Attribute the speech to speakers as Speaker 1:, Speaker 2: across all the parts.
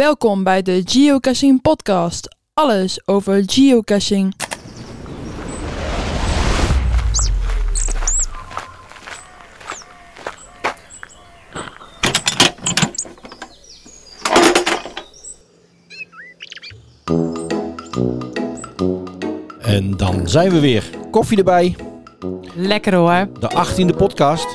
Speaker 1: Welkom bij de Geocaching Podcast. Alles over geocaching.
Speaker 2: En dan zijn we weer. Koffie erbij.
Speaker 3: Lekker hoor.
Speaker 2: De 18e podcast.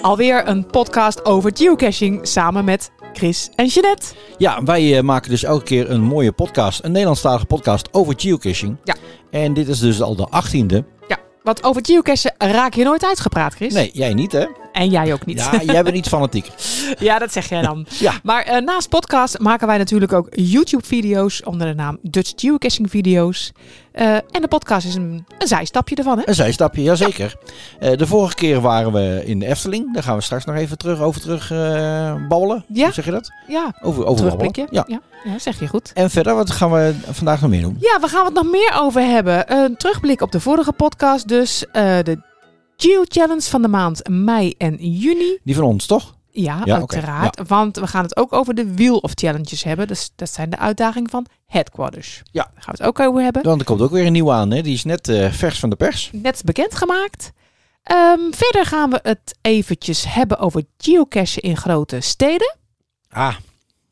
Speaker 3: Alweer een podcast over geocaching samen met Chris en Jeanette.
Speaker 2: Ja, wij eh, maken dus elke keer een mooie podcast. Een Nederlandstalige podcast over geocaching.
Speaker 3: Ja.
Speaker 2: En dit is dus al de 18e.
Speaker 3: Ja, want over geocachen raak je nooit uitgepraat, Chris.
Speaker 2: Nee, jij niet hè?
Speaker 3: En jij ook niet.
Speaker 2: Ja, jij bent niet fanatiek.
Speaker 3: Ja, dat zeg jij dan.
Speaker 2: Ja.
Speaker 3: Maar eh, naast podcast maken wij natuurlijk ook YouTube-video's onder de naam Dutch Geocaching Video's. Eh, en de podcast is een, een zijstapje ervan, hè?
Speaker 2: Een zijstapje, jazeker. Eh, de vorige keer waren we in de Efteling. Daar gaan we straks nog even terug over terug eh babbelen.
Speaker 3: Ja.
Speaker 2: Hoe zeg je dat?
Speaker 3: Ja,
Speaker 2: Over, over
Speaker 3: terugblikje.
Speaker 2: babbelen. Ja.
Speaker 3: Ja. ja, zeg je goed.
Speaker 2: En verder, wat gaan we vandaag nog meer doen?
Speaker 3: Ja, we gaan het nog meer over hebben. Een terugblik op de vorige podcast, dus eh, de Geo Challenge van de maand mei en juni.
Speaker 2: Die van ons, toch?
Speaker 3: Ja,
Speaker 2: Ja, oké.
Speaker 3: uiteraard. Want we gaan het ook over de Wheel of Challenges hebben. Dus dat zijn de uitdagingen van headquarters.
Speaker 2: Ja.
Speaker 3: Daar gaan we het ook over hebben.
Speaker 2: Dan komt ook weer een nieuwe aan. Hè? Die is net eh, vers van de pers.
Speaker 3: Net bekendgemaakt. Ehm verder gaan we het eventjes hebben over geocachen in grote steden.
Speaker 2: Ah,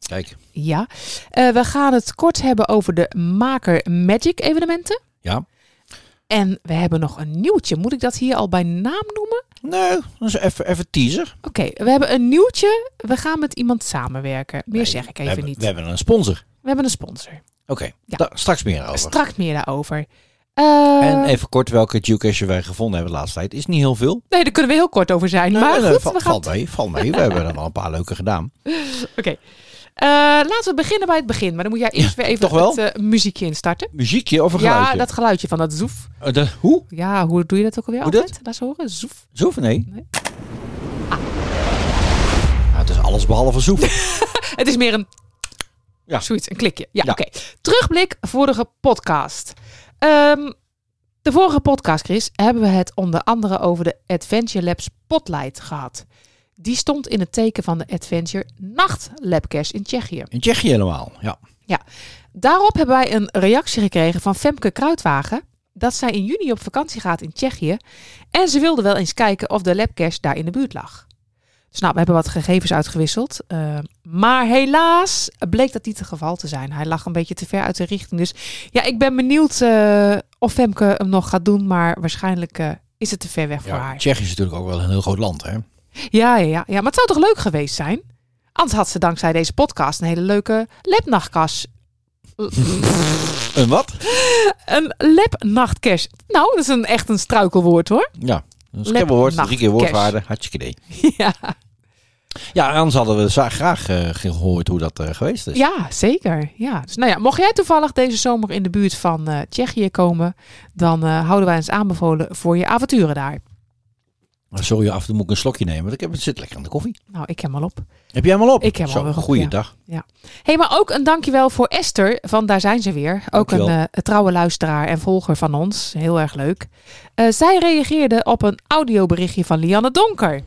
Speaker 2: kijk.
Speaker 3: Ja. Eh, we gaan het kort hebben over de Maker Magic evenementen.
Speaker 2: Ja.
Speaker 3: En we hebben nog een nieuwtje. Moet ik dat hier al bij naam noemen?
Speaker 2: Nee, dat is even, even teaser.
Speaker 3: Oké, we hebben een nieuwtje. We gaan met iemand samenwerken. Meer
Speaker 2: Nee,
Speaker 3: zeg ik
Speaker 2: we
Speaker 3: even
Speaker 2: hebben,
Speaker 3: niet.
Speaker 2: We hebben een sponsor.
Speaker 3: We hebben een sponsor.
Speaker 2: Oké,
Speaker 3: Ja.
Speaker 2: da- straks meer over.
Speaker 3: Straks meer daarover. Eh,
Speaker 2: en even kort welke geocache wij gevonden hebben de laatste tijd. Is niet heel veel.
Speaker 3: Nee, daar kunnen we heel kort over zijn. maar
Speaker 2: Nee, nee,
Speaker 3: goed,
Speaker 2: val-
Speaker 3: we gaan...
Speaker 2: valt mee, valt mee. We hebben er al een paar leuke gedaan.
Speaker 3: Oké. Eh, laten we beginnen bij het begin. Maar dan moet jij eerst weer even
Speaker 2: toch wel?
Speaker 3: het eh, muziekje instarten.
Speaker 2: Muziekje of een
Speaker 3: Ja,
Speaker 2: geluidje?
Speaker 3: dat geluidje van dat zoef.
Speaker 2: Eh, de- hoe?
Speaker 3: Ja, hoe doe je dat ook alweer
Speaker 2: Hoe
Speaker 3: altijd? Laat ze horen. Zoef.
Speaker 2: Zoef? Nee. Ah.
Speaker 3: Nee.
Speaker 2: Nou, het is alles behalve zoef.
Speaker 3: Het is meer een...
Speaker 2: Ja.
Speaker 3: Zoiets, een klikje. Ja,
Speaker 2: Ja.
Speaker 3: oké. Terugblik vorige podcast. Ehm, de vorige podcast, Chris, hebben we het onder andere over de Adventure Lab Spotlight gehad. Die stond in het teken van de Adventure Nacht Labcache in Tsjechië.
Speaker 2: In Tsjechië helemaal, ja.
Speaker 3: Daarop hebben wij een reactie gekregen van Femke Kruidwagen. Dat zij in juni op vakantie gaat in Tsjechië. En ze wilde wel eens kijken of de labcache daar in de buurt lag. Dus nou, we hebben wat gegevens uitgewisseld. eh, maar helaas bleek dat niet het geval te zijn. Hij lag een beetje te ver uit de richting. Dus ja, ik ben benieuwd eh, of Femke hem nog gaat doen. Maar waarschijnlijk eh, is het te ver weg voor
Speaker 2: ja
Speaker 3: haar.
Speaker 2: Tsjechië is natuurlijk ook wel een heel groot land, hè.
Speaker 3: Ja, ja, ja, ja, maar het zou toch leuk geweest zijn? Anders had ze dankzij deze podcast een hele leuke labnachtkas
Speaker 2: Een wat?
Speaker 3: Een labnachtcash. Nou, dat is een, echt een struikelwoord hoor.
Speaker 2: Ja. Een scrabblewoord,
Speaker 3: Lepnacht,
Speaker 2: drie keer woordwaarde, hartstikke idee.
Speaker 3: Ja,
Speaker 2: Ja, anders hadden we za- graag eh, gehoord hoe dat eh, geweest is.
Speaker 3: ja zeker. Ja. Dus, nou ja, mocht jij toevallig deze zomer in de buurt van eh, Tsjechië komen, dan eh, houden wij ons aanbevolen voor je avonturen daar.
Speaker 2: Sorry, af en toe moet ik een slokje nemen, want ik heb, het zit lekker aan de koffie.
Speaker 3: Nou, ik heb hem al op.
Speaker 2: Heb jij hem al op?
Speaker 3: Ik heb hem
Speaker 2: Zo,
Speaker 3: al weer op,
Speaker 2: Goeiedag.
Speaker 3: Hé, hey, maar ook een dankjewel voor Esther, van daar zijn ze weer. Ook een
Speaker 2: Dankjewel.
Speaker 3: eh, een trouwe luisteraar en volger van ons. Heel erg leuk. Eh, zij reageerde op een audioberichtje van Lianne Donker.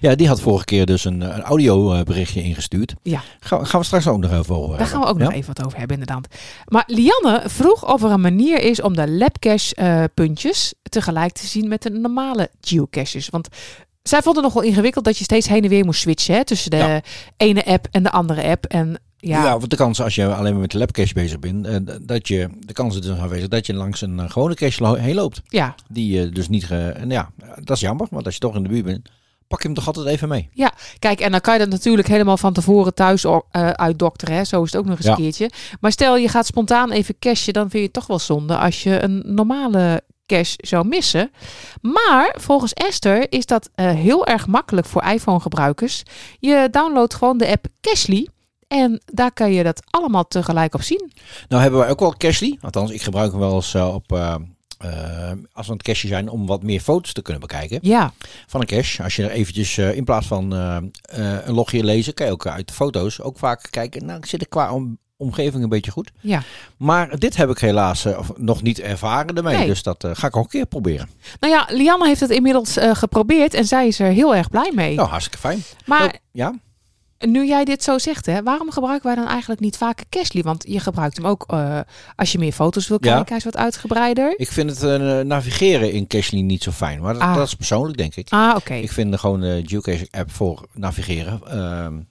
Speaker 2: Ja, die had vorige keer dus een, eh, een audioberichtje ingestuurd.
Speaker 3: Ja.
Speaker 2: Ga, gaan we straks ook nog even over
Speaker 3: Daar gaan we ook
Speaker 2: ja?
Speaker 3: nog even wat over hebben, inderdaad. Maar Lianne vroeg of er een manier is om de labcache-puntjes tegelijk te zien met de normale geocaches. Want zij vond het nogal ingewikkeld dat je steeds heen en weer moest switchen hè, tussen de
Speaker 2: Ja.
Speaker 3: ene app en de andere app. En ja,
Speaker 2: Ja. want de kans als je alleen maar met de labcache bezig bent, eh, d- dat je, de kans is dus aanwezig dat je langs een eh, gewone cache lo- heen loopt.
Speaker 3: ja,
Speaker 2: Die je dus niet, ge- en ja, eh, dat is jammer, want als je toch in de buurt bent, pak je hem toch altijd even mee.
Speaker 3: kijk, en dan kan je dat natuurlijk helemaal van tevoren thuis o- eh, uitdokteren. Hè. Zo is het ook nog eens
Speaker 2: Ja.
Speaker 3: een keertje. Maar stel je gaat spontaan even cashen, dan vind je het toch wel zonde als je een normale cache zou missen. Maar volgens Esther is dat eh, heel erg makkelijk voor iPhone-gebruikers. Je downloadt gewoon de app Cashly. En daar kan je dat allemaal tegelijk op zien.
Speaker 2: Nou hebben wij ook wel Cashly, althans ik gebruik hem wel eens eh, op... eh, eh, als we aan het cache zijn om wat meer foto's te kunnen bekijken
Speaker 3: Ja,
Speaker 2: van een cache. Als je er eventjes eh, in plaats van eh, eh, een logje lezen, kan je ook uit de foto's ook vaak kijken. Nou, ik zit er qua om- omgeving een beetje goed.
Speaker 3: ja.
Speaker 2: Maar dit heb ik helaas eh, of- nog niet ervaren ermee.
Speaker 3: Nee.
Speaker 2: Dus dat eh, ga ik ook een keer proberen.
Speaker 3: Nou ja, Lianne heeft het inmiddels eh, geprobeerd en zij is er heel erg blij mee.
Speaker 2: Nou, hartstikke fijn.
Speaker 3: maar
Speaker 2: Ook- ja,
Speaker 3: Nu jij dit zo zegt, hè, waarom gebruiken wij dan eigenlijk niet vaker Cashly? Want je gebruikt hem ook eh, als je meer foto's wil
Speaker 2: Ja.
Speaker 3: kijken. Hij is wat uitgebreider.
Speaker 2: Ik vind het eh, navigeren in Cashly niet zo fijn. Maar dat,
Speaker 3: Ah.
Speaker 2: dat is persoonlijk, denk ik.
Speaker 3: Ah, oké.
Speaker 2: Ik vind de gewoon de geocaching-app voor navigeren ehm,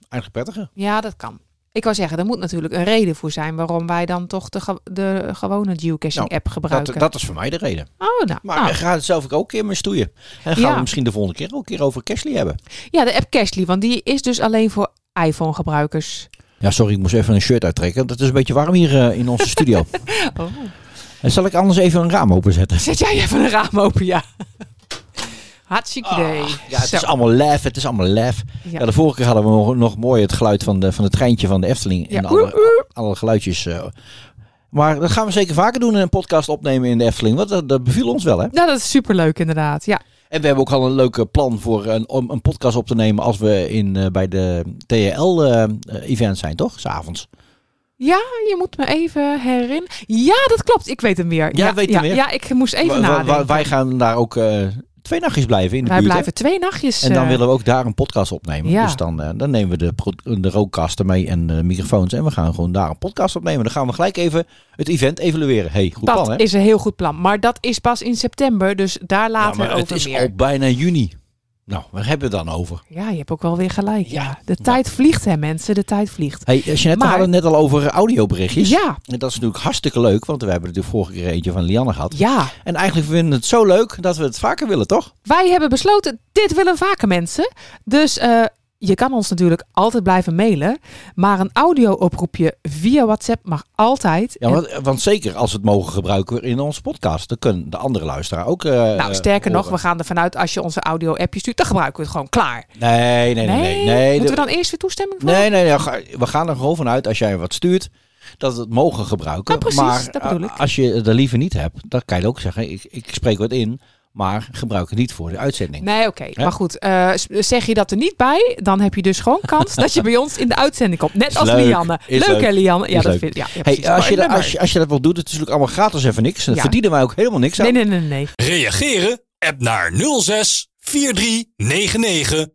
Speaker 2: eigenlijk prettiger.
Speaker 3: Ja, dat kan. Ik wou zeggen, er moet natuurlijk een reden voor zijn waarom wij dan toch de, ge- de gewone geocaching app
Speaker 2: Nou, Dat,
Speaker 3: gebruiken.
Speaker 2: dat is voor mij de reden.
Speaker 3: oh, nou.
Speaker 2: Maar
Speaker 3: nou.
Speaker 2: ik ga het zelf ook een keer mee stoeien. En gaan
Speaker 3: Ja.
Speaker 2: we misschien de volgende keer ook een keer over Cashly hebben.
Speaker 3: Ja, de app Cashly, want die is dus alleen voor iPhone gebruikers.
Speaker 2: Ja, sorry, ik moest even een shirt uittrekken. Dat is een beetje warm hier eh, in onze studio.
Speaker 3: Oh.
Speaker 2: En zal ik anders even een raam openzetten?
Speaker 3: Zet jij even een raam open, ja. Hartstikke idee.
Speaker 2: Ah, Ja, het
Speaker 3: Zo.
Speaker 2: is allemaal lef. Het is allemaal lef. Ja.
Speaker 3: Ja.
Speaker 2: de vorige keer hadden we nog, nog mooi het geluid van, de, van het treintje van de Efteling.
Speaker 3: Ja,
Speaker 2: En
Speaker 3: oeh,
Speaker 2: alle, alle geluidjes. eh. maar dat gaan we zeker vaker doen. Een podcast opnemen in de Efteling. Want dat, dat beviel ons wel, hè?
Speaker 3: Nou, dat is superleuk inderdaad. Ja,
Speaker 2: En we hebben ook al een leuke plan voor een, om een podcast op te nemen als we in, eh, bij de TL-event zijn, toch? S'avonds.
Speaker 3: je moet me even herinneren. Ja, dat klopt. Ik weet hem weer.
Speaker 2: Ja,
Speaker 3: ja,
Speaker 2: weet
Speaker 3: ja,
Speaker 2: hem weer.
Speaker 3: Ja, ik moest even
Speaker 2: Wa- wa- wa-
Speaker 3: nadenken.
Speaker 2: wij gaan daar ook eh, twee nachtjes blijven in de
Speaker 3: Wij
Speaker 2: buurt. hè?
Speaker 3: blijven twee nachtjes.
Speaker 2: En dan
Speaker 3: eh,
Speaker 2: willen we ook daar een podcast opnemen.
Speaker 3: Ja.
Speaker 2: Dus dan, eh, dan nemen we de, pro- de rookkasten mee en de microfoons. En we gaan gewoon daar een podcast opnemen. Dan gaan we gelijk even het event evalueren. hey, goed
Speaker 3: dat
Speaker 2: plan hè?
Speaker 3: is een heel goed plan. Maar dat is pas in september, dus daar
Speaker 2: ja,
Speaker 3: later
Speaker 2: maar het
Speaker 3: over
Speaker 2: is
Speaker 3: meer.
Speaker 2: al bijna juni. Nou, waar hebben we het dan over?
Speaker 3: Ja, je hebt ook wel weer gelijk. Ja.
Speaker 2: Ja.
Speaker 3: De tijd vliegt, hè mensen. De tijd vliegt.
Speaker 2: Hey, eh, Jeanette,
Speaker 3: Maar-
Speaker 2: we hadden het net al over audioberichtjes.
Speaker 3: Ja,
Speaker 2: En dat is natuurlijk hartstikke leuk, want we hebben de vorige keer eentje van Lianne gehad.
Speaker 3: ja.
Speaker 2: En eigenlijk vinden we het zo leuk dat we het vaker willen, toch?
Speaker 3: Wij hebben besloten, dit willen vaker mensen. Dus eh, je kan ons natuurlijk altijd blijven mailen. Maar een audio-oproepje via WhatsApp mag altijd.
Speaker 2: Ja,
Speaker 3: En-
Speaker 2: want, eh, want zeker als we het mogen gebruiken in onze podcast, dan kunnen de andere luisteraar ook. eh,
Speaker 3: nou, sterker
Speaker 2: horen.
Speaker 3: nog, we gaan ervan uit als je onze audio-appje stuurt, dan gebruiken we het gewoon klaar.
Speaker 2: Nee, nee, nee, nee. nee,
Speaker 3: Moeten
Speaker 2: de-
Speaker 3: we dan eerst weer toestemming vragen?
Speaker 2: nee, nee, nee, ga- We gaan er gewoon vanuit als jij wat stuurt, dat we het mogen gebruiken.
Speaker 3: Ja, precies,
Speaker 2: maar
Speaker 3: dat bedoel
Speaker 2: eh,
Speaker 3: ik.
Speaker 2: als je de liever niet hebt, dan kan je ook zeggen: ik, ik spreek wat in, maar gebruik het niet voor de uitzending.
Speaker 3: Nee, oké.
Speaker 2: Hè?
Speaker 3: Maar goed, eh, s- zeg je dat er niet bij, dan heb je dus gewoon kans dat je bij ons in de uitzending komt. Net
Speaker 2: Is
Speaker 3: als
Speaker 2: leuk,
Speaker 3: Lianne.
Speaker 2: is
Speaker 3: Leuk,
Speaker 2: leuk,
Speaker 3: hè, Lianne? Ja,
Speaker 2: is
Speaker 3: dat
Speaker 2: leuk.
Speaker 3: vind ik. Ja, ja, precies.
Speaker 2: Hey, als,
Speaker 3: Maar
Speaker 2: je,
Speaker 3: een
Speaker 2: dat-
Speaker 3: nummer.
Speaker 2: als, je, als je dat wil doen, het is natuurlijk allemaal gratis en voor niks. En
Speaker 3: Ja.
Speaker 2: verdienen wij ook helemaal niks aan.
Speaker 3: Nee, nee, nee, nee.
Speaker 4: Reageren? App naar 06 43 99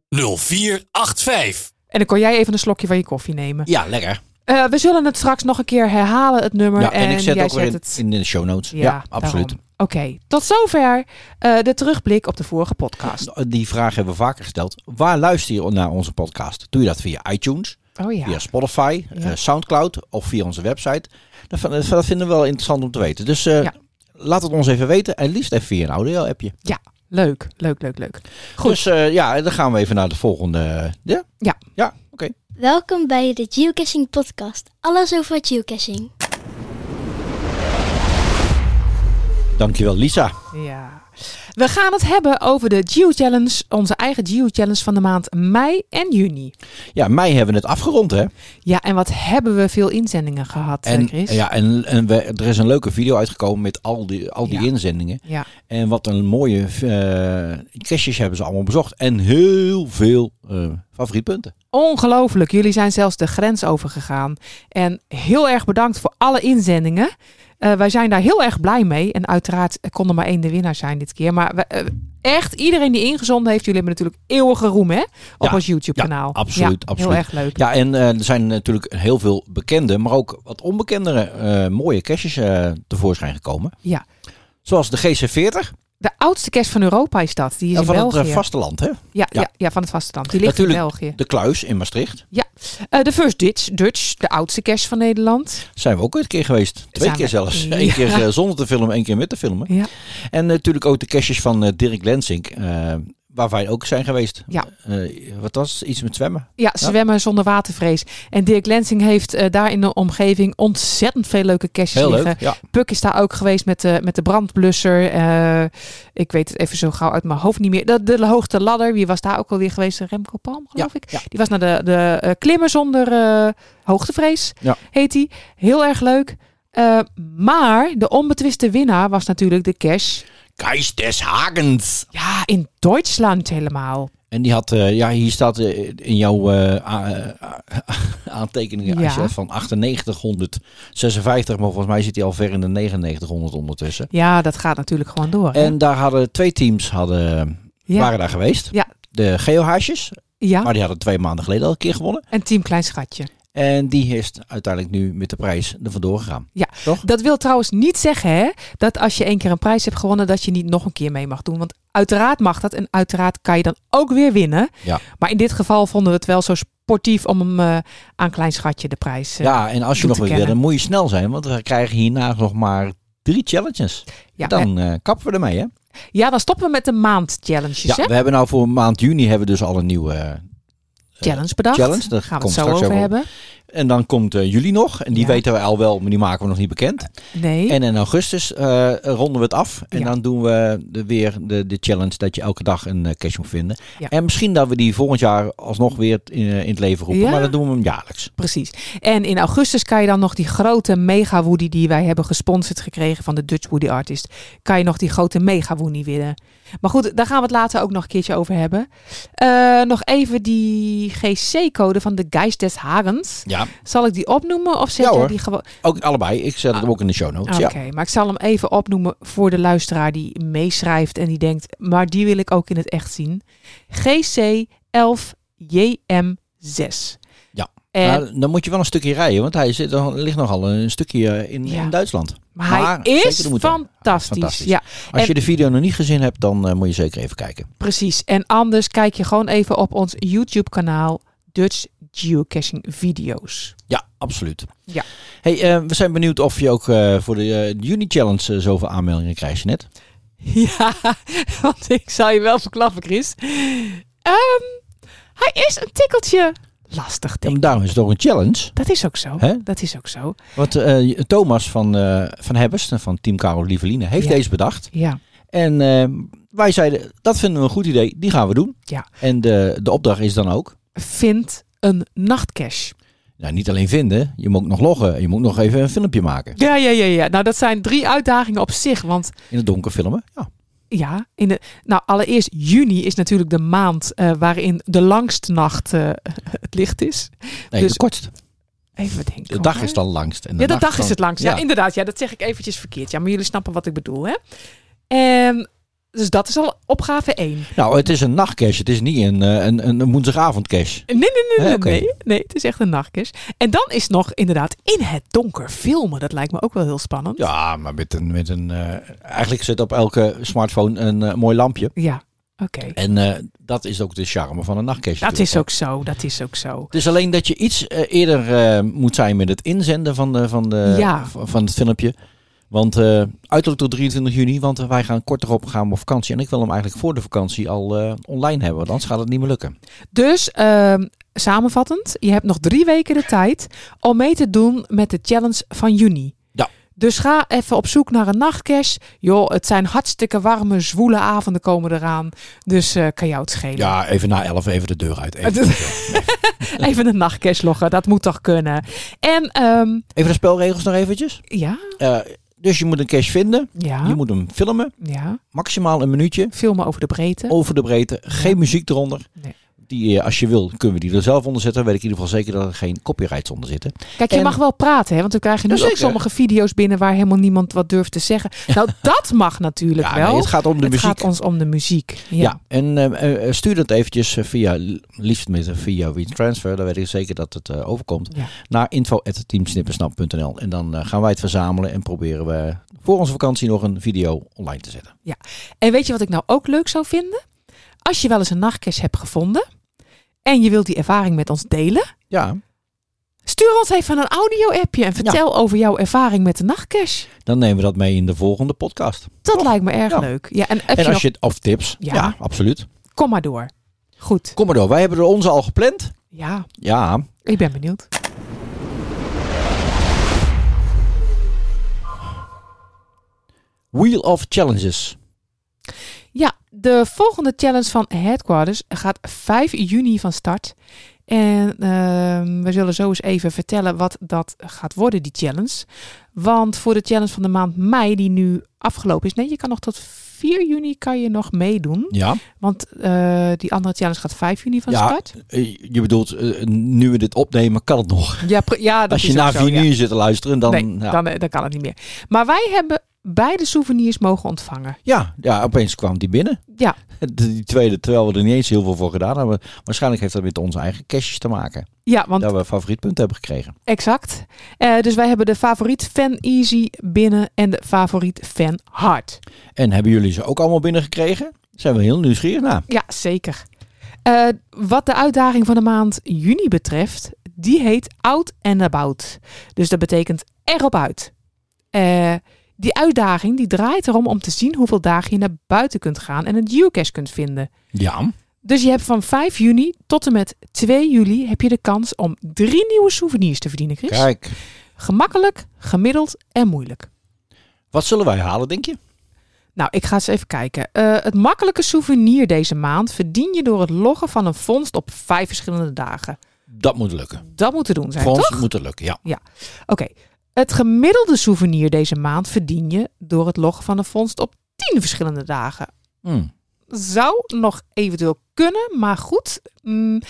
Speaker 4: 0485.
Speaker 3: En dan kon jij even een slokje van je koffie nemen.
Speaker 2: Ja, lekker.
Speaker 3: Eh, we zullen het straks nog een keer herhalen, het nummer.
Speaker 2: Ja, en ik zet
Speaker 3: jij
Speaker 2: ook weer
Speaker 3: zet
Speaker 2: in,
Speaker 3: het.
Speaker 2: in de show notes. Ja, absoluut.
Speaker 3: daarom. Oké, tot zover eh, de terugblik op de vorige podcast.
Speaker 2: Die vraag hebben we vaker gesteld. Waar luister je naar onze podcast? Doe je dat via iTunes,
Speaker 3: Oh ja.
Speaker 2: via Spotify, eh, Soundcloud of via onze website? Dat, van- dat vinden we wel interessant om te weten. Dus eh,
Speaker 3: Ja.
Speaker 2: laat het ons even weten. En liefst even via een audio-appje.
Speaker 3: Ja, leuk, leuk, leuk, leuk. Goed.
Speaker 2: Dus eh, ja, dan gaan we even naar de volgende. eh, Ja?
Speaker 3: Ja.
Speaker 2: Ja, oké.
Speaker 5: Welkom bij de Geocaching Podcast. Alles over geocaching.
Speaker 2: Dankjewel, Lisa.
Speaker 3: Ja. We gaan het hebben over de Geo-challenge, onze eigen Geo-challenge van de maand mei en juni.
Speaker 2: Ja, mij hebben we het afgerond, hè?
Speaker 3: Ja, en wat hebben we veel inzendingen gehad, eh,
Speaker 2: En,
Speaker 3: Chris?
Speaker 2: ja, en, en we, er is een leuke video uitgekomen met al die, al die
Speaker 3: Ja.
Speaker 2: inzendingen.
Speaker 3: Ja.
Speaker 2: En wat een mooie eh kerstjes hebben ze allemaal bezocht. En heel veel eh favorietpunten.
Speaker 3: Ongelooflijk, jullie zijn zelfs de grens overgegaan. En heel erg bedankt voor alle inzendingen. Eh, wij zijn daar heel erg blij mee. En uiteraard eh, kon er maar één de winnaar zijn dit keer. Maar we, eh, echt iedereen die ingezonden heeft, jullie hebben natuurlijk eeuwige roem hè? op
Speaker 2: Ja,
Speaker 3: ons YouTube-kanaal.
Speaker 2: ja, absoluut, absoluut.
Speaker 3: Heel erg leuk.
Speaker 2: Ja, en eh, er zijn natuurlijk heel veel bekende, maar ook wat onbekendere eh, mooie kerstjes eh, tevoorschijn gekomen.
Speaker 3: Ja.
Speaker 2: Zoals de GC40
Speaker 3: De oudste kerst van Europa is dat. Die is
Speaker 2: en eh, van
Speaker 3: in
Speaker 2: het
Speaker 3: België.
Speaker 2: eh, vasteland. Hè?
Speaker 3: ja,
Speaker 2: ja.
Speaker 3: ja. Ja, van het vasteland. Die ligt
Speaker 2: Natuurlijk.
Speaker 3: in België.
Speaker 2: De Kluis in Maastricht.
Speaker 3: Eh, de First Dutch, Dutch, de oudste kerst van Nederland.
Speaker 2: Zijn we ook een keer geweest. Twee
Speaker 3: Zijn
Speaker 2: keer
Speaker 3: we-
Speaker 2: zelfs.
Speaker 3: Ja.
Speaker 2: Eén keer eh, zonder te filmen, één keer met te filmen.
Speaker 3: Ja.
Speaker 2: En eh, natuurlijk ook de kerstjes van eh, Dirk Lensink. eh, waar wij ook zijn geweest.
Speaker 3: Ja.
Speaker 2: Eh, wat was het? Iets met zwemmen?
Speaker 3: Ja, zwemmen zonder watervrees. En Dirk Lensing heeft eh, daar in de omgeving ontzettend veel leuke kerstjes
Speaker 2: Heel
Speaker 3: liggen.
Speaker 2: leuk. Ja.
Speaker 3: Puk is daar ook geweest met de, met de brandblusser. Eh, ik weet het even zo gauw uit mijn hoofd niet meer. De, de hoogte ladder, wie was daar ook alweer geweest? Remco Palm, geloof ik.
Speaker 2: ja.
Speaker 3: Die was naar de, de eh, klimmen zonder eh, hoogtevrees,
Speaker 2: Ja.
Speaker 3: heet die. Heel erg leuk. Eh, maar de onbetwiste winnaar was natuurlijk de cash.
Speaker 2: Keis des Hagens.
Speaker 3: Ja, in Duitsland helemaal.
Speaker 2: En die had, eh, ja, hier staat eh, in jouw eh, a- a- aantekeningen
Speaker 3: Ja.
Speaker 2: als je van 9856, maar volgens mij zit hij al ver in de 9900 ondertussen.
Speaker 3: Ja, dat gaat natuurlijk gewoon door. hè?
Speaker 2: En daar hadden twee teams hadden,
Speaker 3: ja.
Speaker 2: waren daar geweest.
Speaker 3: Ja. Oh.
Speaker 2: De Geohaasjes
Speaker 3: Ja,
Speaker 2: Maar die hadden twee maanden geleden al een keer gewonnen.
Speaker 3: en Team Klein Schatje.
Speaker 2: En die is uiteindelijk nu met de prijs er vandoor gegaan.
Speaker 3: Ja.
Speaker 2: Toch?
Speaker 3: Dat wil trouwens niet zeggen hè, dat als je één keer een prijs hebt gewonnen, dat je niet nog een keer mee mag doen. Want uiteraard mag dat en uiteraard kan je dan ook weer winnen.
Speaker 2: Ja.
Speaker 3: Maar in dit geval vonden we het wel zo sportief om hem eh, aan Klein Schatje de prijs eh,
Speaker 2: Ja, en als je
Speaker 3: Doe
Speaker 2: nog
Speaker 3: te
Speaker 2: wil
Speaker 3: kennen.
Speaker 2: winnen, moet je snel zijn. Want we krijgen hierna nog maar drie challenges.
Speaker 3: Ja, en-
Speaker 2: Dan eh, kappen we ermee, hè?
Speaker 3: ja, dan stoppen we met de maand challenges.
Speaker 2: Ja,
Speaker 3: hè?
Speaker 2: we hebben nou voor maand juni hebben we dus al een nieuwe... eh,
Speaker 3: Challenge bedacht.
Speaker 2: challenge, daar
Speaker 3: gaan we
Speaker 2: komt
Speaker 3: het zo
Speaker 2: straks
Speaker 3: over
Speaker 2: ook
Speaker 3: hebben.
Speaker 2: en dan komt eh, juli nog. En die
Speaker 3: Ja.
Speaker 2: weten we al wel, maar die maken we nog niet bekend.
Speaker 3: Nee.
Speaker 2: En in augustus eh, ronden we het af. En
Speaker 3: Ja.
Speaker 2: dan doen we de, weer de, de challenge dat je elke dag een eh, cash moet vinden.
Speaker 3: Ja.
Speaker 2: En misschien dat we die volgend jaar alsnog weer in, eh, in het leven roepen.
Speaker 3: Ja.
Speaker 2: Maar dan doen we hem jaarlijks.
Speaker 3: Precies. En in augustus kan je dan nog die grote mega woody die wij hebben gesponsord gekregen van de Dutch Woody Artist, kan je nog die grote mega woody winnen. Maar goed, daar gaan we het later ook nog een keertje over hebben. Eh, nog even die GC-code van de Geist des Hagens.
Speaker 2: Ja,
Speaker 3: Zal ik die opnoemen of zet
Speaker 2: Ja,
Speaker 3: jij
Speaker 2: hoor.
Speaker 3: die gewoon?
Speaker 2: ook allebei. Ik zet hem ook in de show notes.
Speaker 3: Ah. Oké,
Speaker 2: Ja.
Speaker 3: maar ik zal hem even opnoemen voor de luisteraar die meeschrijft en die denkt, maar die wil ik ook in het echt zien. GC11JM6.
Speaker 2: Ja. Nou,
Speaker 3: En, maar,
Speaker 2: Maar dan moet je wel een stukje rijden, want hij zit, er ligt nogal een stukje eh, in,
Speaker 3: Ja.
Speaker 2: in Duitsland.
Speaker 3: hij
Speaker 2: maar
Speaker 3: is
Speaker 2: zeker de moeite. Hij is
Speaker 3: fantastisch.
Speaker 2: fantastisch.
Speaker 3: Ja,
Speaker 2: Als
Speaker 3: En-
Speaker 2: je de video nog niet gezien hebt, dan eh, moet je zeker even kijken.
Speaker 3: precies. En anders kijk je gewoon even op ons YouTube kanaal Dutch Geocaching Video's.
Speaker 2: Ja, absoluut.
Speaker 3: Ja.
Speaker 2: Hey, eh, we zijn benieuwd of je ook eh, voor de eh, Juni Challenge eh, zoveel aanmeldingen krijgt, net.
Speaker 3: Ja, want ik zal je wel verklappen, Chris. Ehm, hij is een tikkeltje lastig,
Speaker 2: Ja,
Speaker 3: denk
Speaker 2: maar
Speaker 3: ik.
Speaker 2: daarom is het ook een challenge.
Speaker 3: Dat is ook zo.
Speaker 2: Hè?
Speaker 3: Dat is ook zo.
Speaker 2: Want eh, Thomas van, eh van Hebbers, van Team Karel Lieveline, heeft
Speaker 3: Ja.
Speaker 2: deze bedacht.
Speaker 3: Ja.
Speaker 2: En eh, wij zeiden, dat vinden we een goed idee, die gaan we doen.
Speaker 3: Ja.
Speaker 2: En de, de opdracht is dan ook,
Speaker 3: Vind een nachtcache.
Speaker 2: nou, niet alleen vinden, je moet ook nog loggen. Je moet nog even een filmpje maken.
Speaker 3: Ja, ja, ja, ja. Nou, dat zijn drie uitdagingen op zich. Want
Speaker 2: In het donker filmen. Ja.
Speaker 3: ja, in de, nou, allereerst juni is natuurlijk de maand eh, waarin de langste nacht eh, het licht is.
Speaker 2: Nee,
Speaker 3: Dus-
Speaker 2: de kortst.
Speaker 3: Even denken.
Speaker 2: De dag
Speaker 3: hoor.
Speaker 2: is dan langst. En
Speaker 3: Ja, de
Speaker 2: nacht
Speaker 3: dag is
Speaker 2: dan-
Speaker 3: het langst. Ja,
Speaker 2: ja.
Speaker 3: inderdaad. Ja, dat zeg ik eventjes verkeerd. Ja, maar jullie snappen wat ik bedoel, hè? En, dus dat is al opgave 1.
Speaker 2: Nou, het is een nachtcash. Het is niet een, eh, een, een, een woensdagavondcash.
Speaker 3: Nee, nee, nee, nee,
Speaker 2: Eh, oké.
Speaker 3: nee. Nee, het is echt een nachtjes. En dan is nog inderdaad in het donker filmen. Dat lijkt me ook wel heel spannend.
Speaker 2: Ja, maar met een... Met een eh, eigenlijk zit op elke smartphone een eh, mooi lampje.
Speaker 3: Ja, oké.
Speaker 2: En eh, dat is ook de charme van een nachtcash.
Speaker 3: Dat
Speaker 2: natuurlijk,
Speaker 3: is
Speaker 2: hè.
Speaker 3: ook zo, dat is ook zo.
Speaker 2: Het is alleen dat je iets eh, eerder eh, moet zijn met het inzenden van, de, van, de,
Speaker 3: Ja.
Speaker 2: v- van het filmpje. Want eh uiterlijk tot 23 juni, want eh, wij gaan kort erop gaan op vakantie. En ik wil hem eigenlijk voor de vakantie al eh, online hebben, want anders gaat het niet meer lukken.
Speaker 3: Dus, ehm, samenvattend, je hebt nog drie weken de tijd om mee te doen met de challenge van juni.
Speaker 2: Ja.
Speaker 3: Dus ga even op zoek naar een nachtcash. Joh, het zijn hartstikke warme, zwoele avonden komen eraan. Dus eh, kan jou het schelen.
Speaker 2: Ja, even na 11 even de deur uit. Even,
Speaker 3: Even een nachtcash loggen, dat moet toch kunnen. En, ehm,
Speaker 2: even de spelregels nog eventjes.
Speaker 3: ja,
Speaker 2: Eh, dus je moet een cash vinden, je
Speaker 3: ja,
Speaker 2: moet hem filmen,
Speaker 3: ja.
Speaker 2: maximaal een minuutje,
Speaker 3: Filmen over de breedte.
Speaker 2: over de breedte, geen muziek eronder.
Speaker 3: Nee.
Speaker 2: Die, eh, als je wil, kunnen we die er zelf onder zetten. weet ik in ieder geval zeker dat er geen copyrights onder zitten.
Speaker 3: Kijk, je
Speaker 2: En-
Speaker 3: mag wel praten, hè? Want dan krijg je nu
Speaker 2: Ja,
Speaker 3: ook
Speaker 2: zeker.
Speaker 3: sommige video's binnen waar helemaal niemand wat durft te zeggen. Nou, dat mag natuurlijk
Speaker 2: Ja,
Speaker 3: wel.
Speaker 2: nee, het gaat om de
Speaker 3: het
Speaker 2: muziek.
Speaker 3: gaat ons om de muziek. Ja.
Speaker 2: Ja, en ehm, eh, eh, stuur dat eventjes eh, via, liefst met, eh, via WeTransfer, dan weet ik zeker dat het eh, overkomt,
Speaker 3: Ja.
Speaker 2: naar info.teamsnippersnap.nl. En dan eh, gaan wij het verzamelen en proberen we voor onze vakantie nog een video online te zetten.
Speaker 3: En weet je wat ik nou ook leuk zou vinden? Als je wel eens een nachtcash hebt gevonden en je wilt die ervaring met ons delen,
Speaker 2: Ja,
Speaker 3: stuur ons even een audio-appje en vertel over jouw ervaring met de nachtcash.
Speaker 2: dan nemen we dat mee in de volgende podcast.
Speaker 3: Dat
Speaker 2: Toch?
Speaker 3: lijkt me erg
Speaker 2: Ja.
Speaker 3: leuk. Ja, en, appje
Speaker 2: en als
Speaker 3: nog-
Speaker 2: je het, of tips,
Speaker 3: Ja.
Speaker 2: ja. absoluut.
Speaker 3: kom maar door. Goed.
Speaker 2: Kom maar door, wij hebben er onze al gepland.
Speaker 3: Ja,
Speaker 2: Ja,
Speaker 3: ik ben benieuwd.
Speaker 2: Wheel of Challenges.
Speaker 3: Ja, de volgende challenge van Headquarters gaat 5 juni van start. En ehm, we zullen zo eens even vertellen wat dat gaat worden, die challenge. Want voor de challenge van de maand mei, die nu afgelopen is. Nee, je kan nog tot 4 juni kan je nog meedoen.
Speaker 2: Ja,
Speaker 3: Want eh, die andere challenge gaat 5 juni van
Speaker 2: Ja.
Speaker 3: start.
Speaker 2: eh, je bedoelt, eh, nu we dit opnemen, kan het nog.
Speaker 3: Ja, pre- ja dat
Speaker 2: Als je
Speaker 3: is ook
Speaker 2: na
Speaker 3: zo,
Speaker 2: vier
Speaker 3: ja.
Speaker 2: uur zit te luisteren, dan...
Speaker 3: nee,
Speaker 2: ja.
Speaker 3: dan, eh, dan kan het niet meer. Maar wij hebben beide souvenirs mogen ontvangen.
Speaker 2: Ja, ja, opeens kwam die binnen.
Speaker 3: Ja,
Speaker 2: Die tweede, terwijl we er niet eens heel veel voor gedaan hebben. Waarschijnlijk heeft dat met onze eigen cashjes te maken.
Speaker 3: ja want
Speaker 2: Dat we een favoriet punt hebben gekregen.
Speaker 3: exact. Eh, dus wij hebben de favoriet Fan Easy binnen en de favoriet Fan Hard.
Speaker 2: En hebben jullie ze ook allemaal binnengekregen? Zijn we heel nieuwsgierig naar.
Speaker 3: Ja, zeker. Eh, wat de uitdaging van de maand juni betreft, die heet Out and About. Dus dat betekent erop uit. Eh, die uitdaging die draait erom om te zien hoeveel dagen je naar buiten kunt gaan en een geocache kunt vinden.
Speaker 2: Ja.
Speaker 3: Dus je hebt van 5 juni tot en met 2 juli heb je de kans om drie nieuwe souvenirs te verdienen, Chris.
Speaker 2: Kijk,
Speaker 3: Gemakkelijk, gemiddeld en moeilijk.
Speaker 2: wat zullen wij halen, denk je?
Speaker 3: Nou, ik ga eens even kijken. Eh, het makkelijke souvenir deze maand verdien je door het loggen van een vondst op vijf verschillende dagen.
Speaker 2: Dat moet lukken.
Speaker 3: Dat moet te doen zijn,
Speaker 2: Voor ons
Speaker 3: toch?
Speaker 2: moet het lukken, ja.
Speaker 3: Oké. Het gemiddelde souvenir deze maand verdien je door het loggen van een vondst op tien verschillende dagen.
Speaker 2: Hm.
Speaker 3: Zou nog eventueel kunnen, maar goed. Mm,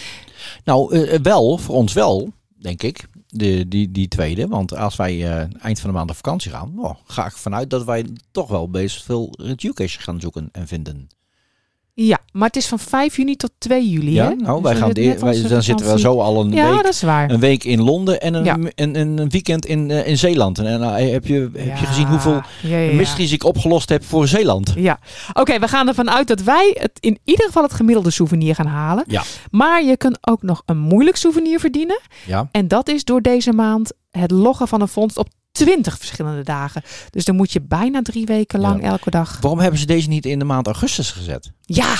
Speaker 2: Nou, eh, eh, wel, voor ons wel, denk ik. De, die, die tweede. Want als wij eh, eind van de maand op vakantie gaan, nou, ga ik vanuit dat wij toch wel best veel geocaches gaan zoeken en vinden.
Speaker 3: ja, maar het is van 5 juni tot 2 juli.
Speaker 2: Ja,
Speaker 3: hè?
Speaker 2: nou,
Speaker 3: Dus
Speaker 2: wij
Speaker 3: we
Speaker 2: gaan
Speaker 3: zitten
Speaker 2: de-
Speaker 3: net
Speaker 2: wij,
Speaker 3: onze
Speaker 2: dan zitten we
Speaker 3: vakantie.
Speaker 2: zo al een
Speaker 3: Ja,
Speaker 2: week
Speaker 3: dat is waar.
Speaker 2: Een week in Londen en een,
Speaker 3: Ja.
Speaker 2: en, en een weekend in, eh, in Zeeland. En, en eh, heb je, heb je
Speaker 3: Ja.
Speaker 2: gezien hoeveel
Speaker 3: Ja, ja, ja.
Speaker 2: mysteries ik opgelost heb voor Zeeland?
Speaker 3: Ja, oké, we gaan ervan uit dat wij het in ieder geval het gemiddelde souvenir gaan halen.
Speaker 2: Ja.
Speaker 3: Maar je kunt ook nog een moeilijk souvenir verdienen.
Speaker 2: Ja.
Speaker 3: En dat is door deze maand het loggen van een vondst op 20 verschillende dagen. Dus dan moet je bijna drie weken lang elke dag.
Speaker 2: Waarom hebben ze deze niet in de maand augustus gezet?
Speaker 3: Ja!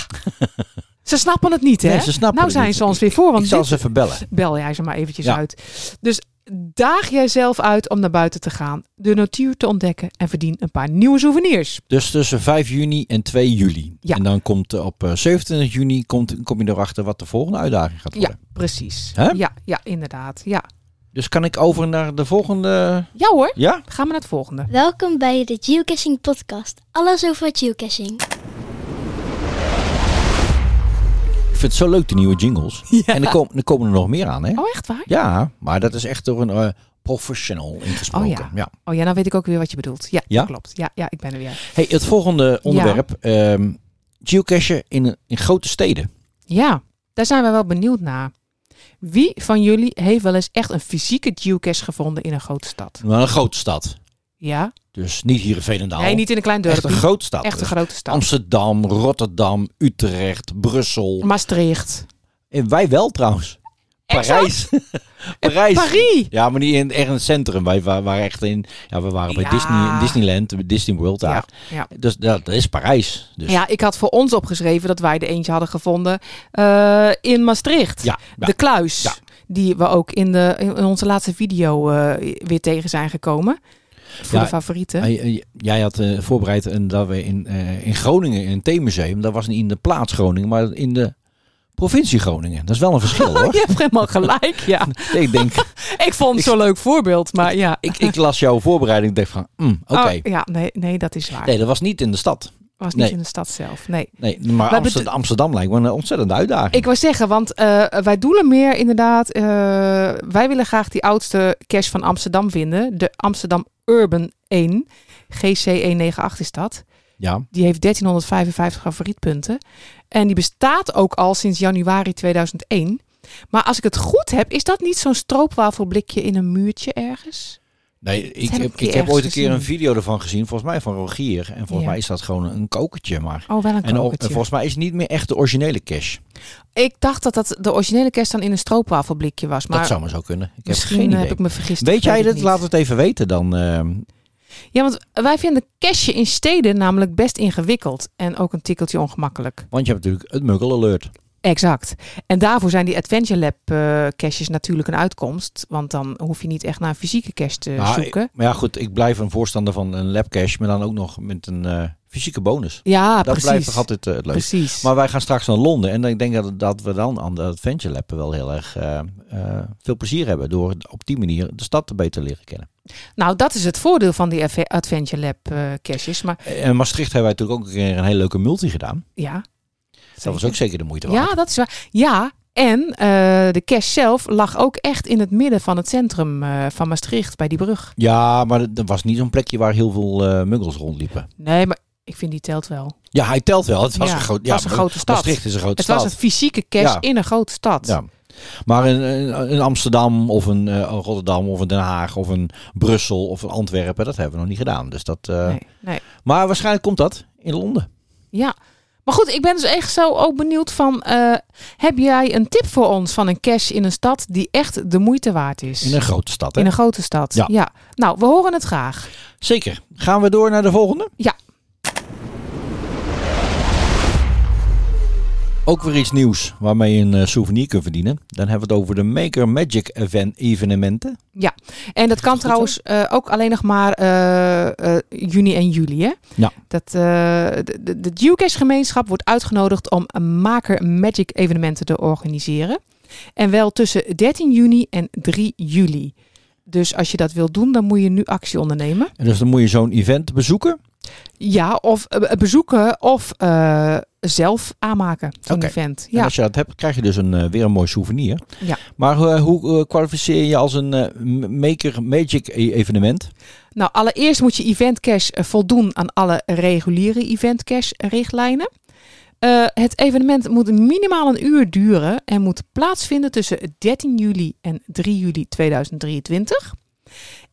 Speaker 3: ze snappen het niet, hè?
Speaker 2: Nee, ze snappen
Speaker 3: nou
Speaker 2: het
Speaker 3: zijn
Speaker 2: niet.
Speaker 3: ze ons weer voor, want
Speaker 2: ik zal
Speaker 3: dit-
Speaker 2: ze even bellen.
Speaker 3: bel jij ze maar eventjes
Speaker 2: Ja.
Speaker 3: uit. Dus daag jijzelf uit om naar buiten te gaan, de natuur te ontdekken en verdien een paar nieuwe souvenirs.
Speaker 2: Dus tussen 5 juni en 2 juli.
Speaker 3: Ja.
Speaker 2: En dan komt eh, op eh, 27 juni komt, kom je erachter wat de volgende uitdaging gaat
Speaker 3: Ja,
Speaker 2: worden.
Speaker 3: precies.
Speaker 2: Hè?
Speaker 3: Ja, ja, inderdaad. Ja.
Speaker 2: Dus kan ik over naar de volgende?
Speaker 3: ja hoor,
Speaker 2: Ja?
Speaker 3: gaan we naar het volgende.
Speaker 5: Welkom bij de Geocaching Podcast. Alles over geocaching.
Speaker 2: Ik vind het zo leuk, de nieuwe jingles. En er, kom, er komen er nog meer aan, hè?
Speaker 3: Oh, echt waar?
Speaker 2: Ja, maar dat is echt door een eh, professional ingesproken.
Speaker 3: Oh ja. Oh ja, nou weet ik ook weer wat je bedoelt. Ja,
Speaker 2: Ja?
Speaker 3: klopt. Ja, ja, ik ben er weer.
Speaker 2: Hey, het volgende onderwerp. ehm geocachen in, in grote steden.
Speaker 3: Ja, daar zijn we wel benieuwd naar. Wie van jullie heeft wel eens echt een fysieke geocache gevonden in een grote stad?
Speaker 2: Maar een grote stad.
Speaker 3: Ja?
Speaker 2: Dus niet hier in Veenendaal.
Speaker 3: Nee, niet in een klein dorp.
Speaker 2: echt een grote stad. dus.
Speaker 3: Echt een grote stad.
Speaker 2: Amsterdam, Rotterdam, Utrecht, Brussel.
Speaker 3: Maastricht.
Speaker 2: En Eh, wij wel trouwens.
Speaker 3: Echt
Speaker 2: Parijs. Parijs.
Speaker 3: Parijs.
Speaker 2: Ja, maar niet in, echt in het centrum. Wij wa- waren echt in. Ja, we waren bij
Speaker 3: Ja.
Speaker 2: Disney, Disneyland, bij Disney World daar.
Speaker 3: ja.
Speaker 2: Dus dat, dat is Parijs. Dus
Speaker 3: Ja, ik had voor ons opgeschreven dat wij er eentje hadden gevonden eh, in Maastricht.
Speaker 2: Ja, nou, ja.
Speaker 3: De kluis.
Speaker 2: Ja.
Speaker 3: Die we ook in, de, in onze laatste video eh, weer tegen zijn gekomen. Voor
Speaker 2: Ja,
Speaker 3: de favorieten.
Speaker 2: Hey, eh, j- Jij had eh, voorbereid een, dat we in, eh, in Groningen, in het Theemuseum, dat was niet in de plaats Groningen, maar in de provincie Groningen. Dat is wel een verschil hoor.
Speaker 3: Je hebt helemaal gelijk, ja.
Speaker 2: Ik denk,
Speaker 3: Ik vond het zo'n leuk voorbeeld, maar ja.
Speaker 2: ik, ik las jouw voorbereiding en dacht van, mm, oké.
Speaker 3: Oh, ja, nee, nee, dat is waar.
Speaker 2: Nee, dat was niet in de stad.
Speaker 3: was niet
Speaker 2: nee.
Speaker 3: in de stad zelf, nee.
Speaker 2: Nee, maar
Speaker 3: Wij
Speaker 2: Amsterdam, Amsterdam lijkt me een ontzettende uitdaging.
Speaker 3: Ik wou zeggen, want eh, wij doelen meer inderdaad. eh, wij willen graag die oudste cache van Amsterdam vinden. De Amsterdam Urban 1. GC198 E is dat.
Speaker 2: ja.
Speaker 3: Die heeft 1355 favorietpunten. En die bestaat ook al sinds januari 2001. Maar als ik het goed heb, is dat niet zo'n stroopwafelblikje in een muurtje ergens?
Speaker 2: Nee, ik heb,
Speaker 3: heb ik een keer
Speaker 2: ik heb ooit een
Speaker 3: ergens
Speaker 2: keer een
Speaker 3: gezien.
Speaker 2: video ervan gezien, volgens mij van Rogier. En volgens
Speaker 3: Ja.
Speaker 2: mij is dat gewoon een kokertje maar.
Speaker 3: Oh, wel een
Speaker 2: En o-
Speaker 3: kokertje.
Speaker 2: volgens mij is het niet meer echt de originele cash.
Speaker 3: Ik dacht dat dat de originele kerst dan in een stroopwafelblikje was. Maar
Speaker 2: dat zou maar zo kunnen. Ik heb
Speaker 3: misschien eh,
Speaker 2: geen idee.
Speaker 3: heb ik me vergist.
Speaker 2: Weet
Speaker 3: dat
Speaker 2: jij
Speaker 3: ik
Speaker 2: dit?
Speaker 3: niet.
Speaker 2: Laat het even weten dan. ehm,
Speaker 3: Ja, want wij vinden cashje in steden namelijk best ingewikkeld. En ook een tikkeltje ongemakkelijk.
Speaker 2: want je hebt natuurlijk het Muggle Alert.
Speaker 3: Exact. En daarvoor zijn die Adventure Lab eh caches natuurlijk een uitkomst. Want dan hoef je niet echt naar een fysieke cache te
Speaker 2: Maar-
Speaker 3: Eh, zoeken.
Speaker 2: Maar ja, goed, ik blijf een voorstander van een labcash, maar dan ook nog met een eh, fysieke bonus.
Speaker 3: Ja,
Speaker 2: dat
Speaker 3: precies.
Speaker 2: blijft toch altijd eh, het leuk.
Speaker 3: Precies.
Speaker 2: Maar wij gaan straks naar Londen en ik denk dat, dat we dan aan de Adventure Lab wel heel erg eh, eh, veel plezier hebben door op die manier de stad beter te leren kennen.
Speaker 3: Nou, dat is het voordeel van die Adve- Adventure Lab eh, caches. Maar
Speaker 2: En Maastricht hebben wij natuurlijk ook een keer een hele leuke multi gedaan.
Speaker 3: ja.
Speaker 2: Dat was ook zeker de moeite waard.
Speaker 3: Ja, dat is waar. Ja, En eh, de cache zelf lag ook echt in het midden van het centrum eh, van Maastricht, bij die brug.
Speaker 2: Ja, maar dat dat was niet zo'n plekje waar heel veel eh, muggels rondliepen.
Speaker 3: Nee, maar ik vind die telt wel.
Speaker 2: Ja, hij telt wel. Het was een, groot, ja,
Speaker 3: het was een
Speaker 2: maar
Speaker 3: grote stad.
Speaker 2: Maastricht is een grote
Speaker 3: het
Speaker 2: stad.
Speaker 3: was een fysieke cache
Speaker 2: Ja.
Speaker 3: in een grote stad.
Speaker 2: Ja. Maar in, in- in Amsterdam of in eh, Rotterdam of in Den Haag of in Brussel of in Antwerpen, dat hebben we nog niet gedaan. Dus dat, eh,
Speaker 3: Nee, nee.
Speaker 2: Maar waarschijnlijk komt dat in Londen.
Speaker 3: Ja. Maar goed, ik ben dus echt zo ook benieuwd van... eh, heb jij een tip voor ons van een cache in een stad die echt de moeite waard is?
Speaker 2: In een grote stad. Hè?
Speaker 3: In een grote stad.
Speaker 2: Ja.
Speaker 3: Nou, we horen het graag.
Speaker 2: Zeker. Gaan we door naar de volgende?
Speaker 3: Ja.
Speaker 2: Ook weer iets nieuws waarmee je een eh, souvenir kunt verdienen. Dan hebben we het over de Maker Magic event evenementen.
Speaker 3: En dat kan
Speaker 2: goed,
Speaker 3: trouwens eh, ook alleen nog maar eh, eh, juni en juli. Hè?
Speaker 2: Ja.
Speaker 3: Dat, eh, de de, de geocache gemeenschap wordt uitgenodigd om een Maker Magic evenementen te organiseren. En wel tussen 13 juni en 3 juli. Dus als je dat wilt doen, dan moet je nu actie ondernemen.
Speaker 2: En dus dan moet je zo'n event bezoeken.
Speaker 3: Ja, of eh, bezoeken of eh, zelf aanmaken. Zo'n
Speaker 2: Oké.
Speaker 3: event.
Speaker 2: En
Speaker 3: Ja.
Speaker 2: als je dat hebt, krijg je dus een, eh, weer een mooi souvenir.
Speaker 3: Ja.
Speaker 2: Maar eh, hoe eh, kwalificeer je als een eh, M- Maker Magic e- evenement?
Speaker 3: Nou, allereerst moet je event cash eh, voldoen aan alle reguliere event cash richtlijnen. Eh, het evenement moet minimaal een uur duren en moet plaatsvinden tussen 13 juli en 3 juli 2023.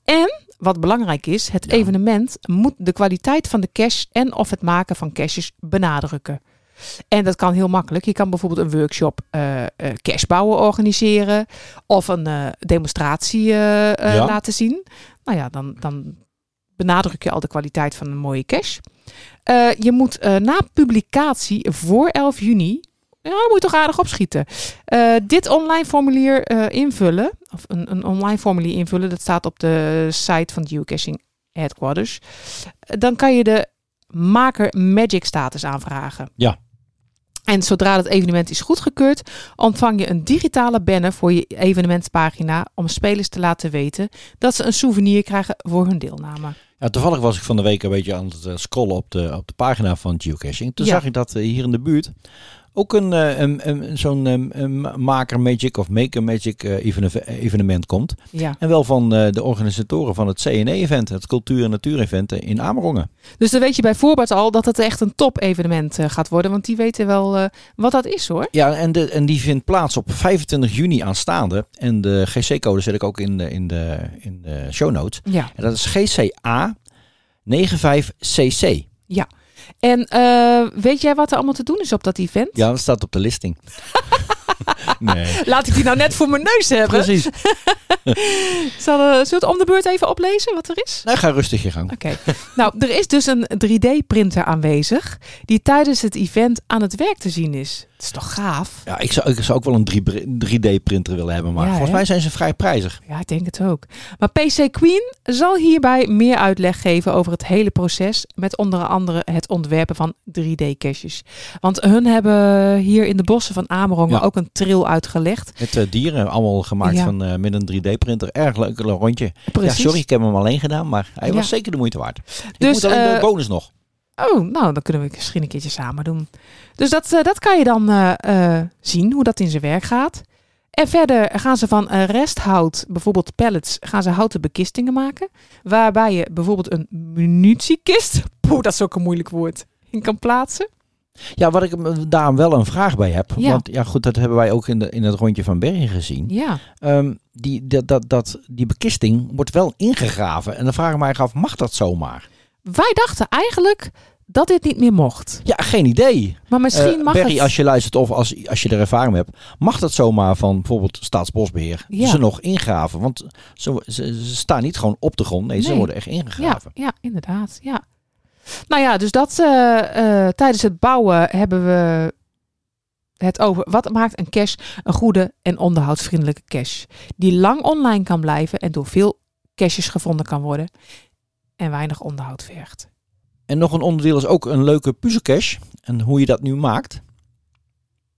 Speaker 3: En wat belangrijk is, het
Speaker 2: Ja.
Speaker 3: evenement moet de kwaliteit van de cash en of het maken van caches benadrukken. En dat kan heel makkelijk. Je kan bijvoorbeeld een workshop eh eh, cash bouwen organiseren of een eh, demonstratie eh, eh,
Speaker 2: Ja.
Speaker 3: laten zien. Nou ja, dan, dan benadruk je al de kwaliteit van een mooie cash. Eh, je moet eh, na publicatie voor 11 juni. Ja, daar moet je toch aardig opschieten. eh, dit online formulier eh, invullen. Of een, een online formulier invullen. Dat staat op de site van Geocaching Headquarters. Eh, Dan kan je de maker Magic status aanvragen.
Speaker 2: Ja.
Speaker 3: En zodra het evenement is goedgekeurd, ontvang je een digitale banner voor je evenementspagina om spelers te laten weten dat ze een souvenir krijgen voor hun deelname.
Speaker 2: Ja, toevallig was ik van de week een beetje aan het eh, scrollen op de, op de pagina van geocaching. Toen
Speaker 3: Ja.
Speaker 2: zag ik dat eh, hier in de buurt ook een, eh, een, een, zo'n eh, een maker magic of maker magic eh, evene- evenement komt.
Speaker 3: Ja.
Speaker 2: En wel van eh, de organisatoren van het CNE-event, het Cultuur- en Natuur-event eh, in Amerongen.
Speaker 3: Dus dan weet je bij voorbaat al dat het echt een top evenement eh, gaat worden. Want die weten wel eh, wat dat is hoor.
Speaker 2: Ja, en, de, en die vindt plaats op 25 juni aanstaande. En de GC-code zet ik ook in de, in de, in de show notes.
Speaker 3: Ja.
Speaker 2: En dat is GCA 95CC.
Speaker 3: En eh, weet jij wat er allemaal te doen is op dat event?
Speaker 2: Ja, dat staat op de listing. nee.
Speaker 3: Laat ik die nou net voor mijn neus hebben.
Speaker 2: Precies.
Speaker 3: Zal, eh, zullen we het om de beurt even oplezen wat er is?
Speaker 2: Nou, ga rustig je gang.
Speaker 3: Oké. nou, er is dus een 3D-printer aanwezig die tijdens het event aan het werk te zien is. Het is toch gaaf?
Speaker 2: Ja, ik zou, ik zou ook wel een 3D-printer willen hebben, maar
Speaker 3: Ja,
Speaker 2: volgens
Speaker 3: hè?
Speaker 2: mij zijn ze vrij prijzig.
Speaker 3: Ja, ik denk het ook. Maar PC Queen zal hierbij meer uitleg geven over het hele proces. Met onder andere het ontwerpen van 3D-caches. Want hun hebben hier in de bossen van Amerongen
Speaker 2: Ja.
Speaker 3: ook een trail uitgelegd.
Speaker 2: Met eh, dieren, allemaal gemaakt
Speaker 3: Ja.
Speaker 2: van, eh, met een 3D-printer. Erg leuk een rondje.
Speaker 3: Precies.
Speaker 2: Ja, sorry, ik heb hem alleen gedaan, maar hij
Speaker 3: Ja.
Speaker 2: was zeker de moeite waard. Ik
Speaker 3: Dus,
Speaker 2: moet alleen
Speaker 3: eh,
Speaker 2: de bonus nog.
Speaker 3: Oh, nou, dan kunnen we het misschien een keertje samen doen. Dus dat, eh, dat kan je dan eh, eh, zien, hoe dat in zijn werk gaat. En verder gaan ze van eh, resthout, bijvoorbeeld pallets, gaan ze houten bekistingen maken. Waarbij je bijvoorbeeld een munitiekist, poeh, dat is ook een moeilijk woord, in kan plaatsen.
Speaker 2: Ja, wat ik eh, daar wel een vraag bij heb.
Speaker 3: Ja.
Speaker 2: Want ja, goed, dat hebben wij ook in, de, in het rondje van Bergen gezien.
Speaker 3: Ja,
Speaker 2: Ehm, die, dat, dat, dat, die bekisting wordt wel ingegraven. En dan vraag ik mij af, mag dat zomaar?
Speaker 3: wij dachten eigenlijk dat dit niet meer mocht.
Speaker 2: Ja, geen idee.
Speaker 3: Maar misschien
Speaker 2: Eh,
Speaker 3: mag
Speaker 2: Berry,
Speaker 3: het.
Speaker 2: als je luistert of als, als je er ervaring mee hebt, mag dat zomaar van bijvoorbeeld Staatsbosbeheer
Speaker 3: Ja.
Speaker 2: ze nog ingraven? Want ze, ze, ze staan niet gewoon op de grond, nee, ze
Speaker 3: Nee.
Speaker 2: worden echt
Speaker 3: Ja,
Speaker 2: ingegraven.
Speaker 3: ja, inderdaad. Ja. Nou ja, dus dat eh, eh, tijdens het bouwen hebben we het over. Wat maakt een cache een goede en onderhoudsvriendelijke cache? Die lang online kan blijven en door veel caches gevonden kan worden. En weinig onderhoud vergt.
Speaker 2: En nog een onderdeel is ook een leuke puzzelcache en hoe je dat nu maakt.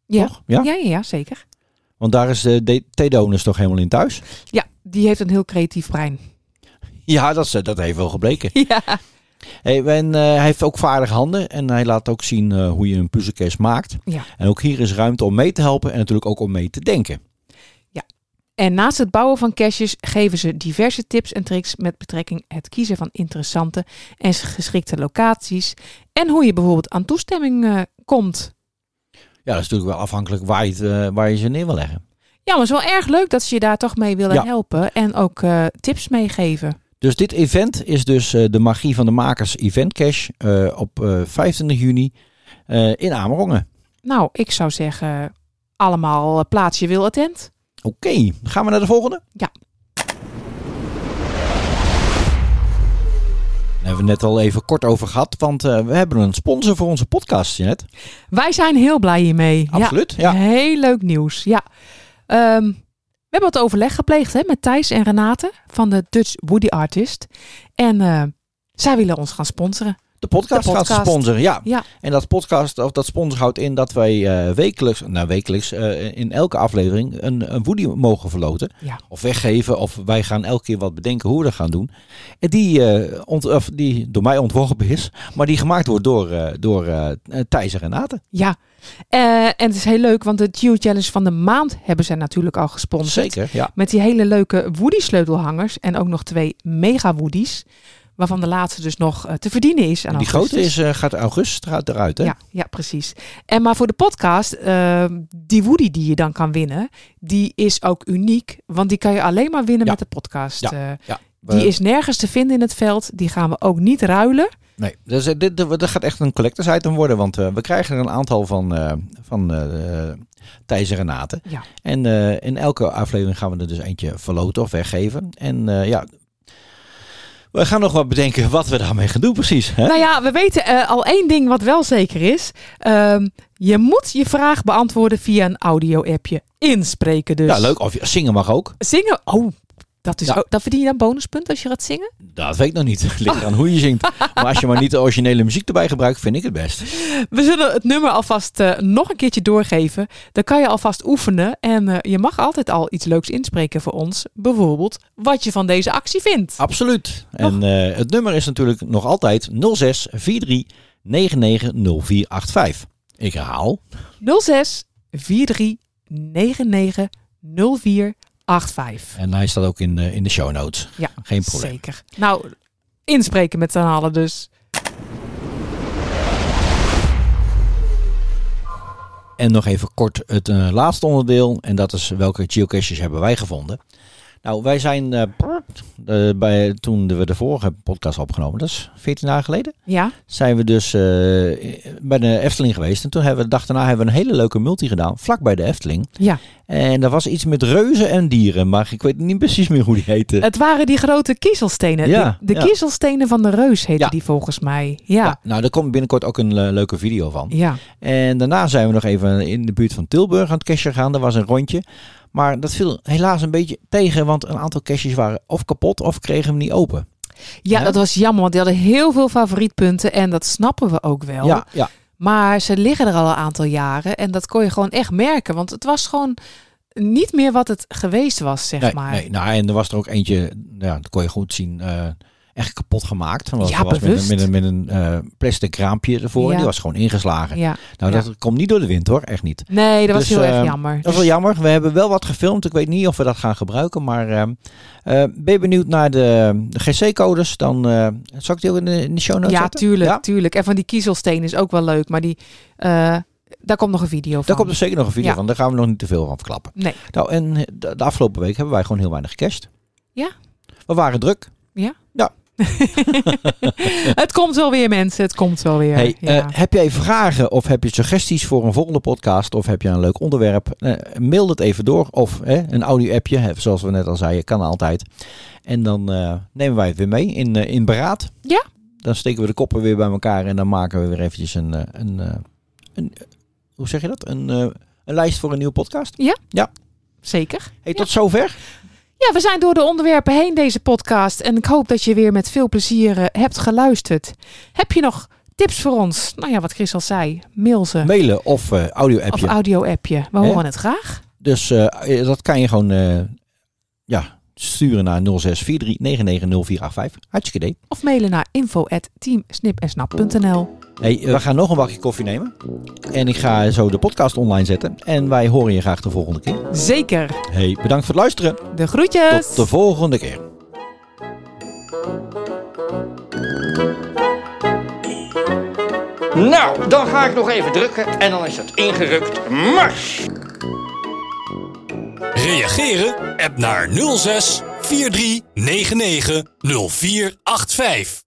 Speaker 3: Ja.
Speaker 2: Toch? Ja?
Speaker 3: Ja, ja, ja, zeker.
Speaker 2: Want daar is eh, de T-Donus toch helemaal in thuis?
Speaker 3: Ja, die heeft een heel creatief brein.
Speaker 2: Ja, dat, is, eh, dat heeft wel gebleken.
Speaker 3: Ja.
Speaker 2: Hey, en, eh, hij heeft ook vaardige handen en hij laat ook zien eh, hoe je een puzzelcase maakt.
Speaker 3: Ja.
Speaker 2: En ook hier is ruimte om mee te helpen en natuurlijk ook om mee te denken.
Speaker 3: En naast het bouwen van caches geven ze diverse tips en tricks met betrekking het kiezen van interessante en geschikte locaties. En hoe je bijvoorbeeld aan toestemming eh, komt.
Speaker 2: Ja, dat is natuurlijk wel afhankelijk waar je, het, eh, waar je ze neer wil leggen.
Speaker 3: Ja, maar het is wel erg leuk dat ze je daar toch mee willen
Speaker 2: Ja.
Speaker 3: helpen en ook eh, tips meegeven.
Speaker 2: Dus dit event is dus eh, de magie van de makers Event Cash eh, op eh 25 juni eh, in Amerongen.
Speaker 3: Nou, ik zou zeggen, allemaal eh, plaats je wil attent.
Speaker 2: Oké, gaan we naar de volgende?
Speaker 3: Ja.
Speaker 2: Daar hebben we net al even kort over gehad, want eh, we hebben een sponsor voor onze podcast, Janet.
Speaker 3: Wij zijn heel blij hiermee. Ja.
Speaker 2: Absoluut, ja.
Speaker 3: Heel leuk nieuws. Ja. Ehm, we hebben wat overleg gepleegd hè, met Thijs en Renate van de Dutch Woody Artist. En eh, zij willen ons gaan sponsoren.
Speaker 2: De podcast,
Speaker 3: De podcast.
Speaker 2: gaat ze sponsoren, ja.
Speaker 3: Ja.
Speaker 2: En dat podcast, of dat sponsor houdt in dat wij eh, wekelijks, nou wekelijks, eh, in elke aflevering een, een woody mogen verloten.
Speaker 3: Ja.
Speaker 2: Of weggeven, of wij gaan elke keer wat bedenken hoe we dat gaan doen. En die, eh, ont, of die door mij ontworpen is, maar die gemaakt wordt door, eh, door eh Thijs en Renate.
Speaker 3: Ja. Eh, en het is heel leuk, want de Geo Challenge van de maand hebben zij natuurlijk al gesponsord.
Speaker 2: Zeker, ja.
Speaker 3: Met die hele leuke Woody sleutelhangers en ook nog twee mega Woodies. Waarvan de laatste dus nog eh, te verdienen is. Aan
Speaker 2: Die grote
Speaker 3: augustus.
Speaker 2: is, eh, gaat augustus eruit, eruit hè?
Speaker 3: Ja, ja, precies. En maar voor de podcast, eh, die Woody die je dan kan winnen, die is ook uniek. Want die kan je alleen maar winnen
Speaker 2: Ja.
Speaker 3: met de podcast.
Speaker 2: Ja.
Speaker 3: Eh,
Speaker 2: Ja.
Speaker 3: die
Speaker 2: We-
Speaker 3: is nergens te vinden in het veld. Die gaan we ook niet ruilen.
Speaker 2: Nee, dus, eh, dit, dit, dit gaat echt een collectors item worden, want eh, we krijgen er een aantal van, eh, van eh, Thijs en Renate.
Speaker 3: Ja.
Speaker 2: En eh, in elke aflevering gaan we er dus eentje verloten of weggeven. En eh, ja, we gaan nog wat bedenken wat we daarmee gaan doen precies. Hè?
Speaker 3: Nou ja, we weten eh, al één ding wat wel zeker is. Ehm, je moet je vraag beantwoorden via een audio-appje. Inspreken dus.
Speaker 2: Ja, leuk. Of je- zingen mag ook.
Speaker 3: Zingen. Oh, dat, is
Speaker 2: Ja.
Speaker 3: ook, dat verdien je dan bonuspunt als je gaat zingen?
Speaker 2: Dat weet ik nog niet. Ligt aan hoe je zingt. Maar als je maar niet de originele muziek erbij gebruikt, vind ik het best.
Speaker 3: We zullen het nummer alvast eh, nog een keertje doorgeven. Dan kan je alvast oefenen. En eh, je mag altijd al iets leuks inspreken voor ons. Bijvoorbeeld wat je van deze actie vindt.
Speaker 2: Ah. Absoluut. En eh, het nummer is natuurlijk nog altijd 06 43 99 0485. Ik herhaal.
Speaker 3: 06 43 99 0485.
Speaker 2: En hij staat ook in de, in de show notes.
Speaker 3: Ja,
Speaker 2: Geen probleem.
Speaker 3: Zeker. Nou, inspreken met z'n allen dus.
Speaker 2: En nog even kort het eh, laatste onderdeel. En dat is welke geocaches hebben wij gevonden. Nou, wij zijn eh, eh, bij, toen we de vorige podcast opgenomen, dat is 14 dagen geleden,
Speaker 3: Ja,
Speaker 2: zijn we dus eh, bij de Efteling geweest. En toen hebben we de dag daarna hebben we een hele leuke multi gedaan, vlak bij de Efteling.
Speaker 3: ja.
Speaker 2: En dat was iets met reuzen en dieren, maar ik weet niet precies meer hoe die heette.
Speaker 3: Het waren die grote kiezelstenen.
Speaker 2: Ja,
Speaker 3: de de
Speaker 2: ja.
Speaker 3: kiezelstenen van de reus heette
Speaker 2: Ja.
Speaker 3: die volgens mij. Ja,
Speaker 2: nou, daar komt binnenkort ook een eh, leuke video van.
Speaker 3: ja.
Speaker 2: En daarna zijn we nog even in de buurt van Tilburg aan het cachen gegaan. Daar was een rondje. Maar dat viel helaas een beetje tegen, want een aantal caches waren of kapot of kregen hem niet open.
Speaker 3: Ja,
Speaker 2: Ja.
Speaker 3: dat was jammer, want die hadden heel veel favorietpunten. En dat snappen we ook wel.
Speaker 2: Ja, ja.
Speaker 3: Maar ze liggen er al een aantal jaren. En dat kon je gewoon echt merken. Want het was gewoon niet meer wat het geweest was, zeg
Speaker 2: Nee,
Speaker 3: maar.
Speaker 2: nee, nou, en er was er ook eentje, ja, dat kon je goed zien, eh, echt kapot gemaakt. Want
Speaker 3: Ja,
Speaker 2: dat was
Speaker 3: bewust.
Speaker 2: Met een, met een, met een eh, plastic raampje ervoor.
Speaker 3: Ja.
Speaker 2: Die was gewoon ingeslagen.
Speaker 3: Ja.
Speaker 2: Nou, dat komt niet door de wind hoor, echt niet.
Speaker 3: Nee, dat was
Speaker 2: Dus,
Speaker 3: heel erg
Speaker 2: eh,
Speaker 3: jammer.
Speaker 2: Dat is wel jammer. We hebben wel wat gefilmd. Ik weet niet of we dat gaan gebruiken. Maar eh, eh, ben je benieuwd naar de, de GC-codes? Dan eh, zal ik die ook in de, in de show notes
Speaker 3: ja,
Speaker 2: zetten?
Speaker 3: tuurlijk,
Speaker 2: Ja?
Speaker 3: tuurlijk. En van die kiezelsteen is ook wel leuk. Maar die, eh, daar komt nog een video van.
Speaker 2: Daar komt dus- er zeker nog een video
Speaker 3: Ja.
Speaker 2: van. Daar gaan we nog niet te veel van verklappen.
Speaker 3: Nee.
Speaker 2: Nou, en de, de afgelopen week hebben wij gewoon heel weinig gecashed.
Speaker 3: Ja.
Speaker 2: We waren druk.
Speaker 3: het komt wel weer, mensen. Het komt wel weer.
Speaker 2: hey,
Speaker 3: ja.
Speaker 2: eh, heb jij vragen of heb je suggesties voor een volgende podcast? Of heb je een leuk onderwerp? Eh, mail het even door. Of eh, een audio-appje, hè, zoals we net al zeiden, kan altijd. En dan eh, nemen wij het weer mee in, eh, in beraad.
Speaker 3: Ja.
Speaker 2: Dan steken we de koppen weer bij elkaar en dan maken we weer eventjes een... eh, een, eh, een eh, hoe zeg je dat? Een, eh, een lijst voor een nieuwe podcast.
Speaker 3: Zeker.
Speaker 2: Hey, tot zover.
Speaker 3: Ja, we zijn door de onderwerpen heen deze podcast. En ik hoop dat je weer met veel plezier eh, hebt geluisterd. Heb je nog tips voor ons? Nou ja, wat Chris al zei, mail ze.
Speaker 2: mailen of eh,
Speaker 3: of
Speaker 2: audio-appje.
Speaker 3: audio-appje. We
Speaker 2: Hè?
Speaker 3: horen het graag.
Speaker 2: dus eh, dat kan je gewoon eh, ja, sturen naar 0643990485. Hartstikke idee.
Speaker 3: Of mailen naar info.teamsnipensnap.nl
Speaker 2: Hey, eh, we gaan nog een bakje koffie nemen. En ik ga zo de podcast online zetten. En wij horen je graag de volgende keer.
Speaker 3: Zeker.
Speaker 2: Hey, bedankt voor het luisteren.
Speaker 3: De groetjes.
Speaker 2: Tot de volgende keer.
Speaker 6: Nou, dan ga ik nog even drukken en dan is het ingerukt. Mars!
Speaker 4: Reageren? App naar 06 43 99 0485.